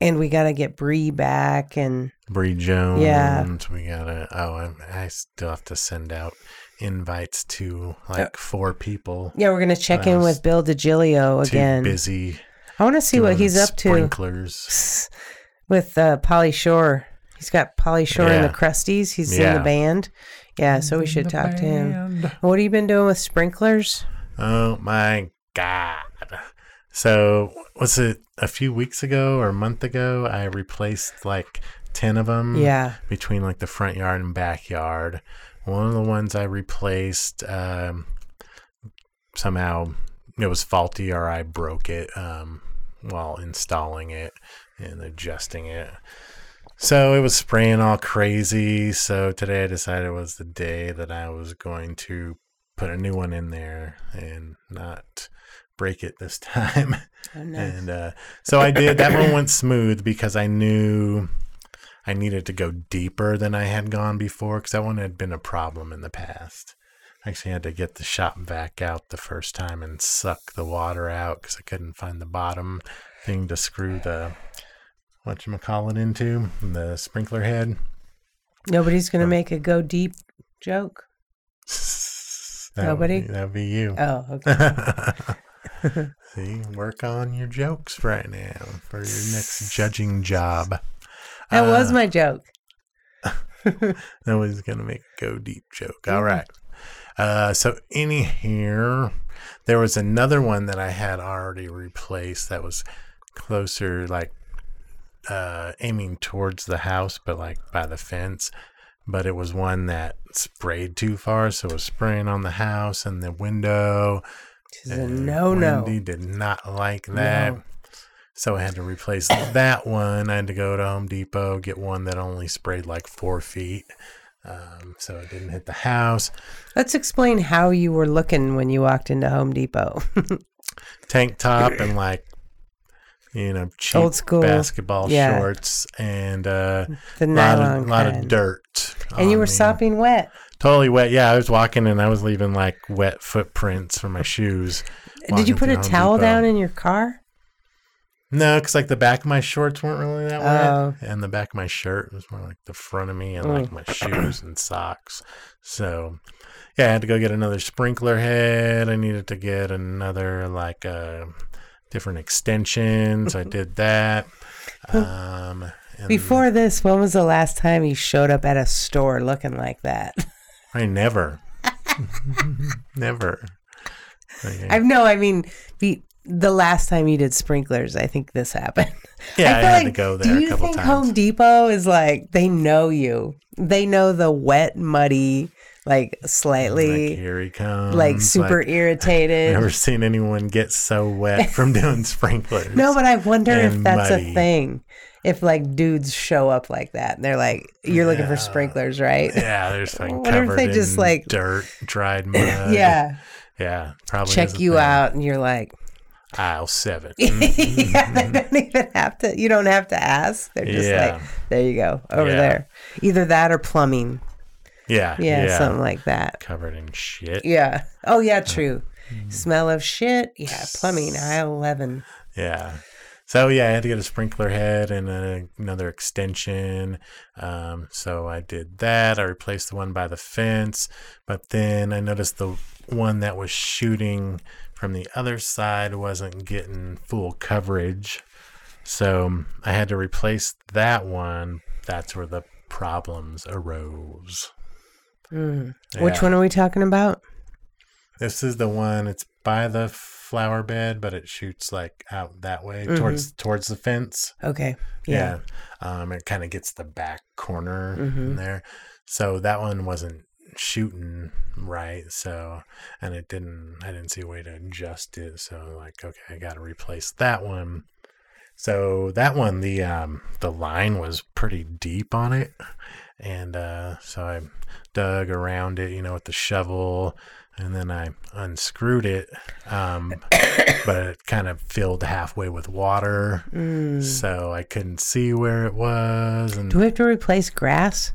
[SPEAKER 1] and we gotta get Bree back and
[SPEAKER 2] Bree Jones. We gotta. Oh, I, I still have to send out invites to like four people.
[SPEAKER 1] Uh, yeah, we're gonna check in
[SPEAKER 2] Well,
[SPEAKER 1] with Bill DiGilio again.
[SPEAKER 2] Too busy.
[SPEAKER 1] I wanna see what
[SPEAKER 2] doing
[SPEAKER 1] he's up to
[SPEAKER 2] Sprinklers.
[SPEAKER 1] with uh Polly Shore. He's got Polly Shore and
[SPEAKER 2] Yeah.
[SPEAKER 1] the Crusties. He's in
[SPEAKER 2] Yeah.
[SPEAKER 1] the band. Yeah, so we should talk to him. What have you been doing with sprinklers?
[SPEAKER 2] Oh my god. So was it a few weeks ago or a month ago I replaced like 10 of them
[SPEAKER 1] Yeah.
[SPEAKER 2] between like the front yard and backyard. One of the ones I replaced um somehow it was faulty or I broke it um while installing it and adjusting it. So it was spraying all crazy. So today I decided was the day that I was going to put a new one in there and not break it this time.
[SPEAKER 1] Oh, nice.
[SPEAKER 2] and uh, so I did. That one went smooth because I knew I needed to go deeper than I had gone before because that one had been a problem in the past. I actually had to get the shop vac out the first time and suck the water out because I couldn't find the bottom thing to screw the what you call it into the sprinkler head.
[SPEAKER 1] Nobody's gonna make a go deep joke.
[SPEAKER 2] That
[SPEAKER 1] Nobody?
[SPEAKER 2] Would be, that'd be you.
[SPEAKER 1] Oh, okay.
[SPEAKER 2] See, work on your jokes right now for your next judging job.
[SPEAKER 1] That was
[SPEAKER 2] Uh,
[SPEAKER 1] my joke.
[SPEAKER 2] Nobody's gonna make a go deep joke. All right. Uh, so anyhow, there was another one that I had already replaced that was closer, like uh, aiming towards the house, but like by the fence. But it was one that sprayed too far, so it was spraying on the house and the window.
[SPEAKER 1] She's a
[SPEAKER 2] And
[SPEAKER 1] no
[SPEAKER 2] Wendy
[SPEAKER 1] no.
[SPEAKER 2] did not like that.
[SPEAKER 1] No.
[SPEAKER 2] So I had to replace that one. I had to go to Home Depot, get one that only sprayed like four feet. Um, so it didn't hit the house.
[SPEAKER 1] Let's explain how you were looking when you walked into Home Depot.
[SPEAKER 2] Tank top and like, you know, cheap
[SPEAKER 1] Old school.
[SPEAKER 2] basketball
[SPEAKER 1] Yeah.
[SPEAKER 2] shorts and uh,
[SPEAKER 1] the
[SPEAKER 2] lot
[SPEAKER 1] nylon
[SPEAKER 2] of, lot of
[SPEAKER 1] kind.
[SPEAKER 2] dirt.
[SPEAKER 1] And you
[SPEAKER 2] on
[SPEAKER 1] were
[SPEAKER 2] me.
[SPEAKER 1] sopping wet.
[SPEAKER 2] Totally wet. Yeah, I was walking and I was leaving like wet footprints from my shoes.
[SPEAKER 1] Did
[SPEAKER 2] walking
[SPEAKER 1] you put
[SPEAKER 2] through
[SPEAKER 1] a
[SPEAKER 2] Home
[SPEAKER 1] towel
[SPEAKER 2] Depot.
[SPEAKER 1] down in your car?
[SPEAKER 2] No, because like the back of my shorts weren't really that wet,
[SPEAKER 1] Oh. Mm.
[SPEAKER 2] and the back of my shirt was more like the front of me, and like my shoes and socks. So, yeah, I had to go get another sprinkler head. I needed to get another like uh, different extensions. I did that. Um, and
[SPEAKER 1] Before this, when was the last time you showed up at a store looking like that?
[SPEAKER 2] I never, never. Like,
[SPEAKER 1] I know, I mean, be, the last time you did sprinklers, I think this happened.
[SPEAKER 2] yeah, I,
[SPEAKER 1] feel
[SPEAKER 2] had to go there
[SPEAKER 1] Do
[SPEAKER 2] a
[SPEAKER 1] you
[SPEAKER 2] couple
[SPEAKER 1] think
[SPEAKER 2] times.
[SPEAKER 1] Home Depot is like they know you? They know the wet, muddy, like slightly
[SPEAKER 2] Like, here he comes.
[SPEAKER 1] like super irritated.
[SPEAKER 2] Never seen anyone get so wet from doing sprinklers.
[SPEAKER 1] No, but I wonder if
[SPEAKER 2] and
[SPEAKER 1] that's a
[SPEAKER 2] muddy.
[SPEAKER 1] thing. If like dudes show up like that and they're like, you're looking for
[SPEAKER 2] Yeah.
[SPEAKER 1] sprinklers, right?
[SPEAKER 2] yeah, there's like
[SPEAKER 1] What if
[SPEAKER 2] covered
[SPEAKER 1] they just,
[SPEAKER 2] in
[SPEAKER 1] like-
[SPEAKER 2] dirt, dried mud.
[SPEAKER 1] Yeah.
[SPEAKER 2] yeah, probably is
[SPEAKER 1] Check
[SPEAKER 2] a
[SPEAKER 1] you
[SPEAKER 2] thing.
[SPEAKER 1] out and you're like,
[SPEAKER 2] Aisle seven.
[SPEAKER 1] yeah, they don't even have to, you don't have to ask. They're just
[SPEAKER 2] Mm-hmm. Yeah.
[SPEAKER 1] like, there you go, over
[SPEAKER 2] Yeah.
[SPEAKER 1] there. Either that or plumbing.
[SPEAKER 2] yeah,
[SPEAKER 1] Yeah, something like that.
[SPEAKER 2] covered in shit.
[SPEAKER 1] Yeah. Oh, yeah, true.
[SPEAKER 2] Mm-hmm.
[SPEAKER 1] Smell of shit. Yeah, plumbing, aisle 11.
[SPEAKER 2] Yeah. So yeah, I had to get a sprinkler head and a, another extension. Um, so I did that. I replaced the one by the fence, but then I noticed the one that was shooting from the other side wasn't getting full coverage. So um, I had to replace that one. That's where the problems arose.
[SPEAKER 1] Hmm. Which
[SPEAKER 2] Yeah.
[SPEAKER 1] one are we talking about?
[SPEAKER 2] This is the one. It's by the flower bed, but it shoots like out that way towards towards the fence.
[SPEAKER 1] Okay. Yeah.
[SPEAKER 2] Yeah. Um, it kind of gets the back corner in there. So that one wasn't shooting right. So, and it didn't, I didn't see a way to adjust it. So, like, okay, I got to replace that one. So that one, the um, the line was pretty deep on it, and uh, so I dug around it, you know, with the shovel, and then I unscrewed it, um, but it kind of filled halfway with water, so I couldn't see where it was, and
[SPEAKER 1] Mm. Do we have to replace grass?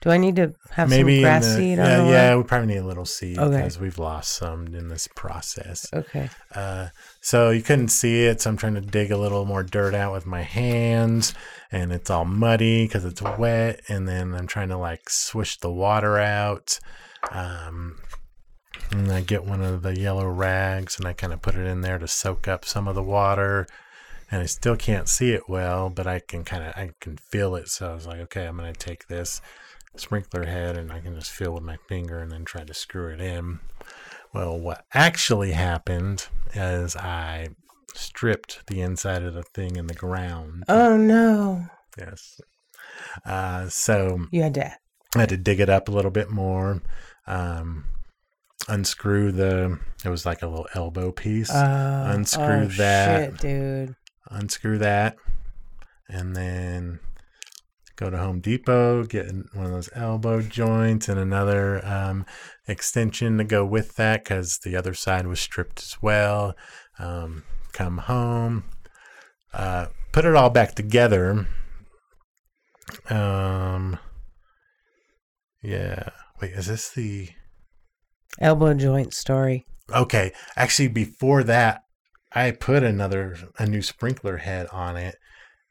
[SPEAKER 1] Do I need to have
[SPEAKER 2] maybe
[SPEAKER 1] some grass
[SPEAKER 2] in the,
[SPEAKER 1] seed on
[SPEAKER 2] yeah,
[SPEAKER 1] the lawn?
[SPEAKER 2] yeah, we probably need a little seed
[SPEAKER 1] Okay.
[SPEAKER 2] because we've lost some in this process.
[SPEAKER 1] Okay.
[SPEAKER 2] Uh, so you couldn't see it, so I'm trying to dig a little more dirt out with my hands, and it's all muddy because it's wet. And then I'm trying to like swish the water out. Um, and I get one of the yellow rags and I kind of put it in there to soak up some of the water. And I still can't see it well, but I can kind of I can feel it. So I was like, okay, I'm gonna take this sprinkler head and I can just feel with my finger and then try to screw it in. Well, what actually happened is I stripped the inside of the thing in the ground.
[SPEAKER 1] Oh no.
[SPEAKER 2] Yes. Uh, so
[SPEAKER 1] You had to
[SPEAKER 2] I had to dig it up a little bit more, um, unscrew the. It was like a little elbow piece.
[SPEAKER 1] uh,
[SPEAKER 2] unscrew
[SPEAKER 1] oh,
[SPEAKER 2] that.
[SPEAKER 1] shit, dude.
[SPEAKER 2] Unscrew that, and then go to Home Depot, get one of those elbow joints and another um, extension to go with that because the other side was stripped as well. Um, come home, uh, put it all back together. Um, yeah. Wait, is this the
[SPEAKER 1] Elbow joint story.
[SPEAKER 2] okay actually before that i put another a new sprinkler head on it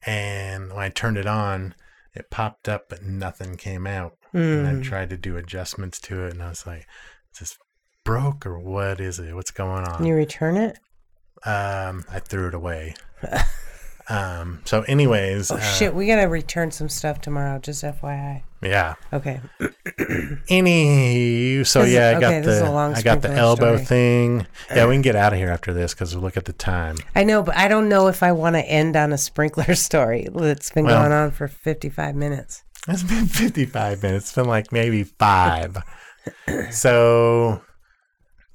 [SPEAKER 2] and when i turned it on it popped up but nothing came out and
[SPEAKER 1] Hmm.
[SPEAKER 2] i tried to do adjustments to it and i was like is this broke or what is it what's going on
[SPEAKER 1] Can you return it?
[SPEAKER 2] um i threw it away um so anyways
[SPEAKER 1] Oh
[SPEAKER 2] uh,
[SPEAKER 1] shit, we gotta return some stuff tomorrow. Just FYI.
[SPEAKER 2] yeah
[SPEAKER 1] Okay.
[SPEAKER 2] Anywho, so
[SPEAKER 1] This is-
[SPEAKER 2] yeah, I
[SPEAKER 1] okay,
[SPEAKER 2] got
[SPEAKER 1] this is
[SPEAKER 2] the
[SPEAKER 1] a long
[SPEAKER 2] I got the
[SPEAKER 1] sprinkler
[SPEAKER 2] elbow
[SPEAKER 1] story.
[SPEAKER 2] thing. Yeah, we can get out of here after this because look at the time.
[SPEAKER 1] I know, but I don't know if I want to end on a sprinkler story that's been
[SPEAKER 2] Well-
[SPEAKER 1] going on for 55 minutes.
[SPEAKER 2] It's been 55 minutes. It's been like maybe five. so,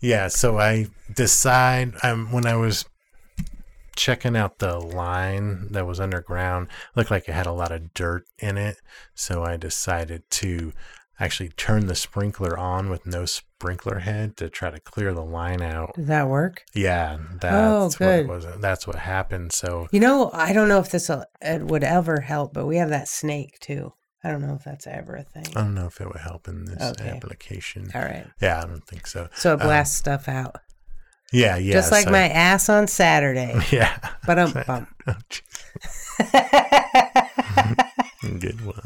[SPEAKER 2] yeah. So I decide um, when I was checking out the line that was underground, looked like it had a lot of dirt in it. So I decided to actually turn the sprinkler on with no sprinkler head to try to clear the line out.
[SPEAKER 1] Did that work?
[SPEAKER 2] Yeah,
[SPEAKER 1] Oh,
[SPEAKER 2] that's
[SPEAKER 1] good.
[SPEAKER 2] what it was. That's what happened. So
[SPEAKER 1] You know, I don't know if this will, it would ever help, but we have that snake too. I don't know if that's ever a thing.
[SPEAKER 2] I don't know if it would help in this
[SPEAKER 1] Okay.
[SPEAKER 2] application.
[SPEAKER 1] All right.
[SPEAKER 2] Yeah, I don't think so.
[SPEAKER 1] So it
[SPEAKER 2] Um,
[SPEAKER 1] blasts stuff out.
[SPEAKER 2] Yeah, yeah.
[SPEAKER 1] Just like
[SPEAKER 2] so-
[SPEAKER 1] my ass on Saturday.
[SPEAKER 2] Yeah.
[SPEAKER 1] But um bum.
[SPEAKER 2] Good one.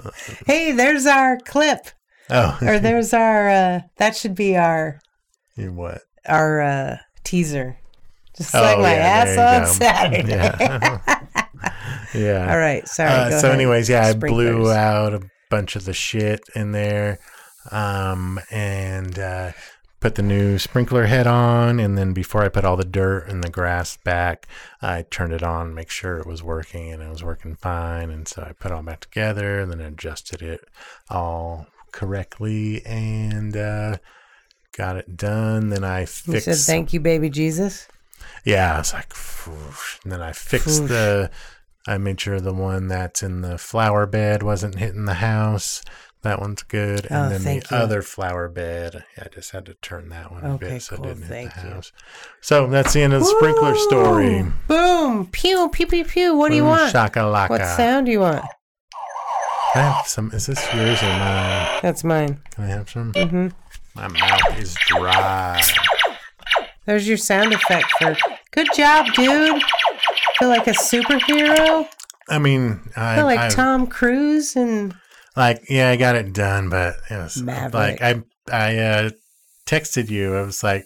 [SPEAKER 1] Hey, there's our clip.
[SPEAKER 2] Oh,
[SPEAKER 1] Or there's our uh that should be our
[SPEAKER 2] you what?
[SPEAKER 1] our uh teaser. Just
[SPEAKER 2] Oh,
[SPEAKER 1] like my
[SPEAKER 2] yeah,
[SPEAKER 1] ass
[SPEAKER 2] there you
[SPEAKER 1] on
[SPEAKER 2] go.
[SPEAKER 1] Saturday.
[SPEAKER 2] Yeah. yeah.
[SPEAKER 1] All right, sorry.
[SPEAKER 2] Uh,
[SPEAKER 1] go
[SPEAKER 2] so,
[SPEAKER 1] ahead.
[SPEAKER 2] anyways, yeah, I blew
[SPEAKER 1] Sprinklers.
[SPEAKER 2] out a bunch of the shit in there, um, and uh, put the new sprinkler head on. And then before I put all the dirt and the grass back, I turned it on, make sure it was working, and it was working fine. And so I put it all back together, and then adjusted it all correctly and uh, got it done. Then I
[SPEAKER 1] You
[SPEAKER 2] fixed.
[SPEAKER 1] said, "Thank you, baby Jesus."
[SPEAKER 2] yeah, I was like, "Phew." and then I fixed
[SPEAKER 1] Phew.
[SPEAKER 2] the. I made sure the one that's in the flower bed wasn't hitting the house. That one's good. And
[SPEAKER 1] Oh,
[SPEAKER 2] then
[SPEAKER 1] thank
[SPEAKER 2] the
[SPEAKER 1] you.
[SPEAKER 2] other flower bed, I just had to turn that one a
[SPEAKER 1] Okay,
[SPEAKER 2] bit so
[SPEAKER 1] cool.
[SPEAKER 2] it didn't
[SPEAKER 1] Thank
[SPEAKER 2] hit the
[SPEAKER 1] you.
[SPEAKER 2] house. So that's the end of the sprinkler story.
[SPEAKER 1] Woo! Boom! Pew! Pew! Pew! Pew! What do you
[SPEAKER 2] Boom
[SPEAKER 1] want?
[SPEAKER 2] Shakalaka.
[SPEAKER 1] What sound do you want?
[SPEAKER 2] I have some. Is this yours or mine?
[SPEAKER 1] That's mine.
[SPEAKER 2] Can I have some? Mm-hmm. My mouth is dry.
[SPEAKER 1] There's your sound effect for. Good job, dude. Feel like a superhero.
[SPEAKER 2] I mean, I,
[SPEAKER 1] Feel like
[SPEAKER 2] I-
[SPEAKER 1] Tom Cruise and
[SPEAKER 2] like yeah, I got it done, but it was
[SPEAKER 1] Maverick.
[SPEAKER 2] like I I uh, texted you. I was like,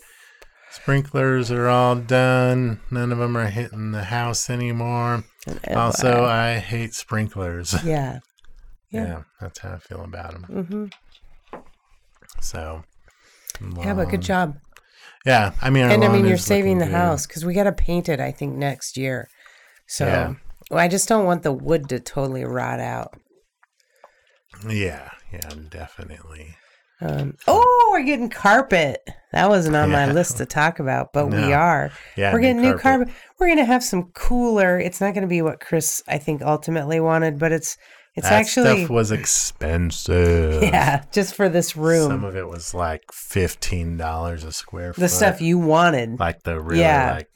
[SPEAKER 2] sprinklers are all done. None of them are hitting the house anymore. Also, I hate sprinklers.
[SPEAKER 1] yeah.
[SPEAKER 2] Yeah,
[SPEAKER 1] Yeah.
[SPEAKER 2] that's how I feel about them.
[SPEAKER 1] Mm-hmm.
[SPEAKER 2] So.
[SPEAKER 1] Yeah, but good
[SPEAKER 2] long-
[SPEAKER 1] job.
[SPEAKER 2] Yeah, I mean, our
[SPEAKER 1] and I
[SPEAKER 2] lawn
[SPEAKER 1] mean, you're
[SPEAKER 2] is looking
[SPEAKER 1] saving the
[SPEAKER 2] good.
[SPEAKER 1] house because we got to paint it. I think next year. So
[SPEAKER 2] Yeah.
[SPEAKER 1] well, I just don't want the wood to totally rot out.
[SPEAKER 2] Yeah, yeah, definitely.
[SPEAKER 1] Um, oh, we're getting carpet. That wasn't on my
[SPEAKER 2] Yeah.
[SPEAKER 1] list to talk about, but we
[SPEAKER 2] No.
[SPEAKER 1] are.
[SPEAKER 2] Yeah,
[SPEAKER 1] we're
[SPEAKER 2] new
[SPEAKER 1] getting new
[SPEAKER 2] carpet.
[SPEAKER 1] carpet. We're gonna have some cooler. It's not gonna be what Chris I think ultimately wanted, but it's it's
[SPEAKER 2] that
[SPEAKER 1] actually
[SPEAKER 2] stuff was expensive.
[SPEAKER 1] yeah, just for this room.
[SPEAKER 2] Some of it was like fifteen dollars a square foot.
[SPEAKER 1] the stuff you wanted.
[SPEAKER 2] like the really
[SPEAKER 1] Yeah.
[SPEAKER 2] like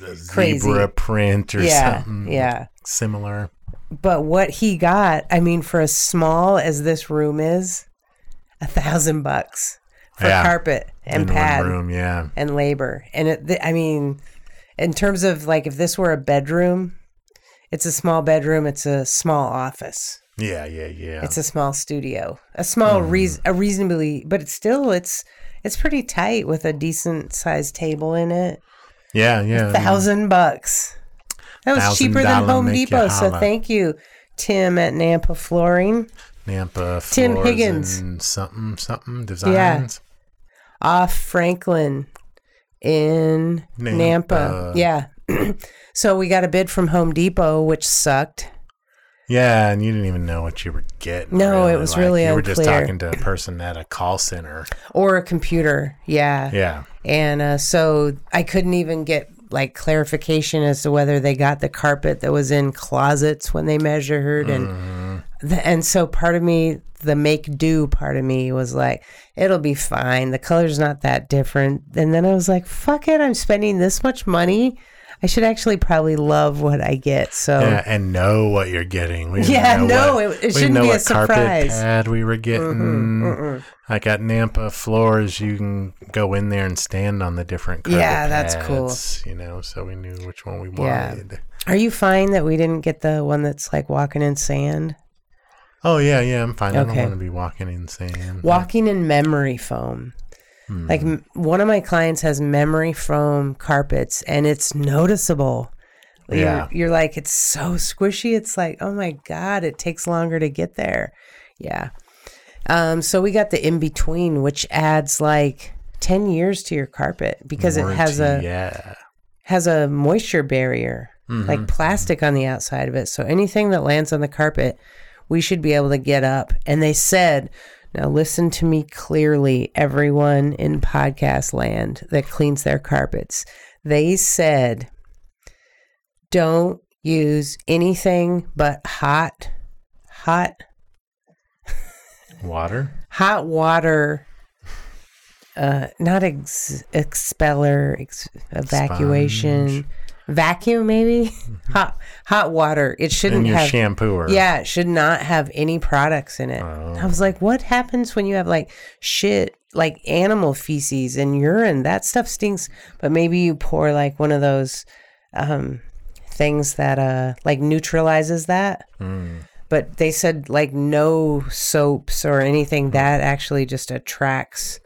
[SPEAKER 2] the
[SPEAKER 1] Crazy.
[SPEAKER 2] zebra print or
[SPEAKER 1] yeah,
[SPEAKER 2] something.
[SPEAKER 1] yeah.
[SPEAKER 2] similar.
[SPEAKER 1] But what he got, I mean, for as small as this room is, a thousand bucks for
[SPEAKER 2] Yeah.
[SPEAKER 1] carpet
[SPEAKER 2] in
[SPEAKER 1] and pad.
[SPEAKER 2] one room. Yeah,
[SPEAKER 1] and labor. And it, th- I mean, in terms of like if this were a bedroom, it's a small bedroom. It's a small office.
[SPEAKER 2] yeah, yeah, yeah. Mm.
[SPEAKER 1] It's a small studio. A small reas a reasonably, but it's still it's it's pretty tight with a decent sized table in it.
[SPEAKER 2] yeah, yeah.
[SPEAKER 1] Thousand bucks. That was
[SPEAKER 2] Thousand
[SPEAKER 1] cheaper than
[SPEAKER 2] dollar
[SPEAKER 1] Home
[SPEAKER 2] make ya
[SPEAKER 1] Depot. So
[SPEAKER 2] holla.
[SPEAKER 1] thank you, Tim at Nampa Flooring.
[SPEAKER 2] Nampa,
[SPEAKER 1] Tim
[SPEAKER 2] floors
[SPEAKER 1] Higgins.
[SPEAKER 2] and something, something designs.
[SPEAKER 1] off Franklin in
[SPEAKER 2] Nampa.
[SPEAKER 1] Nampa. Yeah. so we got a bid from Home Depot, which sucked.
[SPEAKER 2] Yeah. and you didn't even know what you were getting.
[SPEAKER 1] No, it
[SPEAKER 2] really.
[SPEAKER 1] was
[SPEAKER 2] Like,
[SPEAKER 1] really
[SPEAKER 2] you were just
[SPEAKER 1] unclear.
[SPEAKER 2] talking to a person at a call center.
[SPEAKER 1] Or a computer. Yeah.
[SPEAKER 2] Yeah,
[SPEAKER 1] And uh, so I couldn't even get like clarification as to whether they got the carpet that was in closets when they measured and the, and so part of me the make do part of me was like it'll be fine the color's not that different and then I was like fuck it I'm spending this much money I should actually probably love what I get so
[SPEAKER 2] yeah, and know what you're getting. We didn't
[SPEAKER 1] Oh. Yeah,
[SPEAKER 2] know
[SPEAKER 1] no,
[SPEAKER 2] what-
[SPEAKER 1] it- it
[SPEAKER 2] we didn't
[SPEAKER 1] shouldn't
[SPEAKER 2] know
[SPEAKER 1] be a
[SPEAKER 2] what carpet
[SPEAKER 1] surprise. Mm-hmm,
[SPEAKER 2] pad we were getting. I got Nampa floors. You can go in there and stand on the different. Carpet
[SPEAKER 1] Yeah, that's cool.
[SPEAKER 2] pads, You know, so we knew which one we
[SPEAKER 1] Yeah.
[SPEAKER 2] wanted.
[SPEAKER 1] Are you fine that we didn't get the one that's like walking in sand?
[SPEAKER 2] Oh yeah, yeah, I'm fine. I don't
[SPEAKER 1] Okay.
[SPEAKER 2] want to be walking in sand.
[SPEAKER 1] Walking in memory foam. Like m- one of my clients has memory foam carpets and it's noticeable. You're,
[SPEAKER 2] Yeah.
[SPEAKER 1] you're like, it's so squishy. It's like, oh my God, it takes longer to get there. Yeah. Um, so we got the in between, which adds like 10 years to your carpet because it has a.
[SPEAKER 2] Warranty, yeah.
[SPEAKER 1] has a moisture barrier, like plastic on the outside of it. So anything that lands on the carpet, we should be able to get up. And they said, now listen to me clearly, everyone in podcast land that cleans their carpets. They said, don't use anything but hot, hot,
[SPEAKER 2] water.
[SPEAKER 1] hot water. Uh, not ex- expeller, ex- evacuation,
[SPEAKER 2] Sponge.
[SPEAKER 1] vacuum, maybe hot hot water. It
[SPEAKER 2] And
[SPEAKER 1] shouldn't
[SPEAKER 2] your
[SPEAKER 1] have.
[SPEAKER 2] shampooer.
[SPEAKER 1] Yeah, it should not have any products in it.
[SPEAKER 2] Oh.
[SPEAKER 1] I was like, what happens when you have like shit, like animal feces and urine? That stuff stinks. But maybe you pour like one of those um, things that uh, like neutralizes that.
[SPEAKER 2] Hmm.
[SPEAKER 1] But they said like no soaps or
[SPEAKER 2] Hmm.
[SPEAKER 1] anything that actually just attracts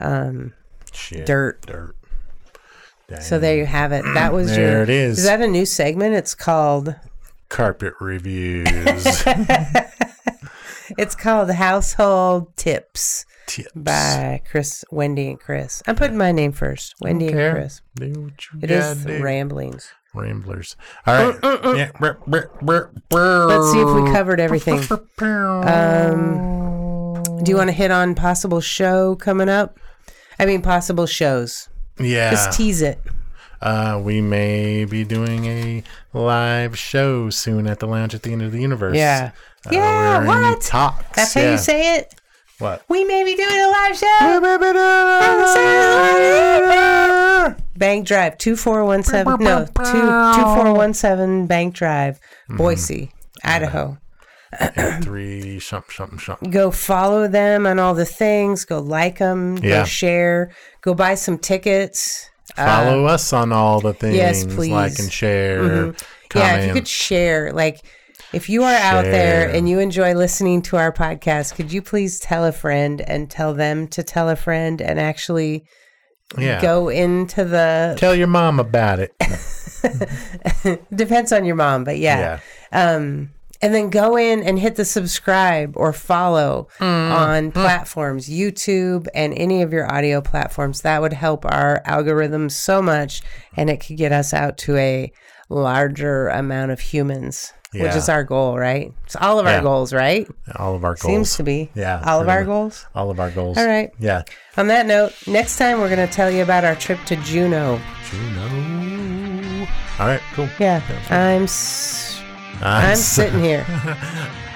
[SPEAKER 1] um,
[SPEAKER 2] Shit.
[SPEAKER 1] dirt.
[SPEAKER 2] Dirt.
[SPEAKER 1] So there you have it. That was
[SPEAKER 2] There
[SPEAKER 1] your.
[SPEAKER 2] it is.
[SPEAKER 1] Is that a new segment? It's called.
[SPEAKER 2] Carpet reviews.
[SPEAKER 1] It's called Household Tips.
[SPEAKER 2] Tips.
[SPEAKER 1] by Chris, Wendy, and Chris. I'm putting my name first, Wendy
[SPEAKER 2] Care.
[SPEAKER 1] and Chris.
[SPEAKER 2] Do what you
[SPEAKER 1] It is
[SPEAKER 2] gotta do.
[SPEAKER 1] ramblings.
[SPEAKER 2] Ramblers. All right. Yeah. brr, brr, brr, brr.
[SPEAKER 1] Let's see if we covered everything. Um, Do you want to hit on possible show coming up? I mean, possible shows.
[SPEAKER 2] Yeah.
[SPEAKER 1] Just tease it.
[SPEAKER 2] Uh, we may be doing a live show soon at the lounge at the end of the universe.
[SPEAKER 1] Yeah.
[SPEAKER 2] Uh,
[SPEAKER 1] Yeah,
[SPEAKER 2] we're in
[SPEAKER 1] what?
[SPEAKER 2] Talks.
[SPEAKER 1] That's how
[SPEAKER 2] Yeah.
[SPEAKER 1] you say it.
[SPEAKER 2] What?
[SPEAKER 1] We may be doing a live show. Bank Drive, 2417. No, two- 2417 Bank Drive, Boise, Idaho.
[SPEAKER 2] Three shump shump shump.
[SPEAKER 1] Go follow them on all the things. Go like them.
[SPEAKER 2] Yeah.
[SPEAKER 1] Go share. Go buy some tickets.
[SPEAKER 2] Follow us on all the things.
[SPEAKER 1] Uh, yes,
[SPEAKER 2] Like
[SPEAKER 1] please. Mm-hmm.
[SPEAKER 2] and share. Comment.
[SPEAKER 1] Yeah, if you could share, like, if you are out there
[SPEAKER 2] Share.
[SPEAKER 1] and you enjoy listening to our podcast, could you please tell a friend and tell them to tell a friend and actually
[SPEAKER 2] yeah.
[SPEAKER 1] go into the
[SPEAKER 2] Tell your mom about it.
[SPEAKER 1] depends on your mom, but yeah. Um, and then go in and hit the subscribe or follow
[SPEAKER 2] Mm.
[SPEAKER 1] on platforms, YouTube, and any of your audio platforms. That would help our algorithm so much, and it could get us out to a larger amount of humans, which
[SPEAKER 2] Yeah.
[SPEAKER 1] is our goal, right? It's all of
[SPEAKER 2] Yeah.
[SPEAKER 1] our goals, right?
[SPEAKER 2] All of our goals.
[SPEAKER 1] Seems to be.
[SPEAKER 2] Yeah.
[SPEAKER 1] All of
[SPEAKER 2] pretty
[SPEAKER 1] our
[SPEAKER 2] much.
[SPEAKER 1] goals.
[SPEAKER 2] All of our goals.
[SPEAKER 1] All right.
[SPEAKER 2] Yeah.
[SPEAKER 1] On that note, next time we're going to tell you about our trip to Juneau.
[SPEAKER 2] Juno. All right. Cool.
[SPEAKER 1] Yeah, I'm s- I'm sitting here.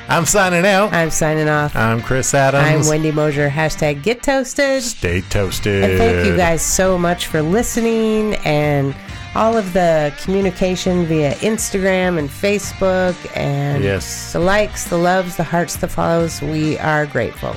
[SPEAKER 2] I'm signing out.
[SPEAKER 1] I'm signing off.
[SPEAKER 2] I'm Chris Adams.
[SPEAKER 1] I'm Wendy Mosier. Hashtag get toasted.
[SPEAKER 2] Stay toasted.
[SPEAKER 1] And thank you guys so much for listening and all of the communication via Instagram and Facebook and
[SPEAKER 2] Yes.
[SPEAKER 1] the likes, the loves, the hearts, the follows. We are grateful.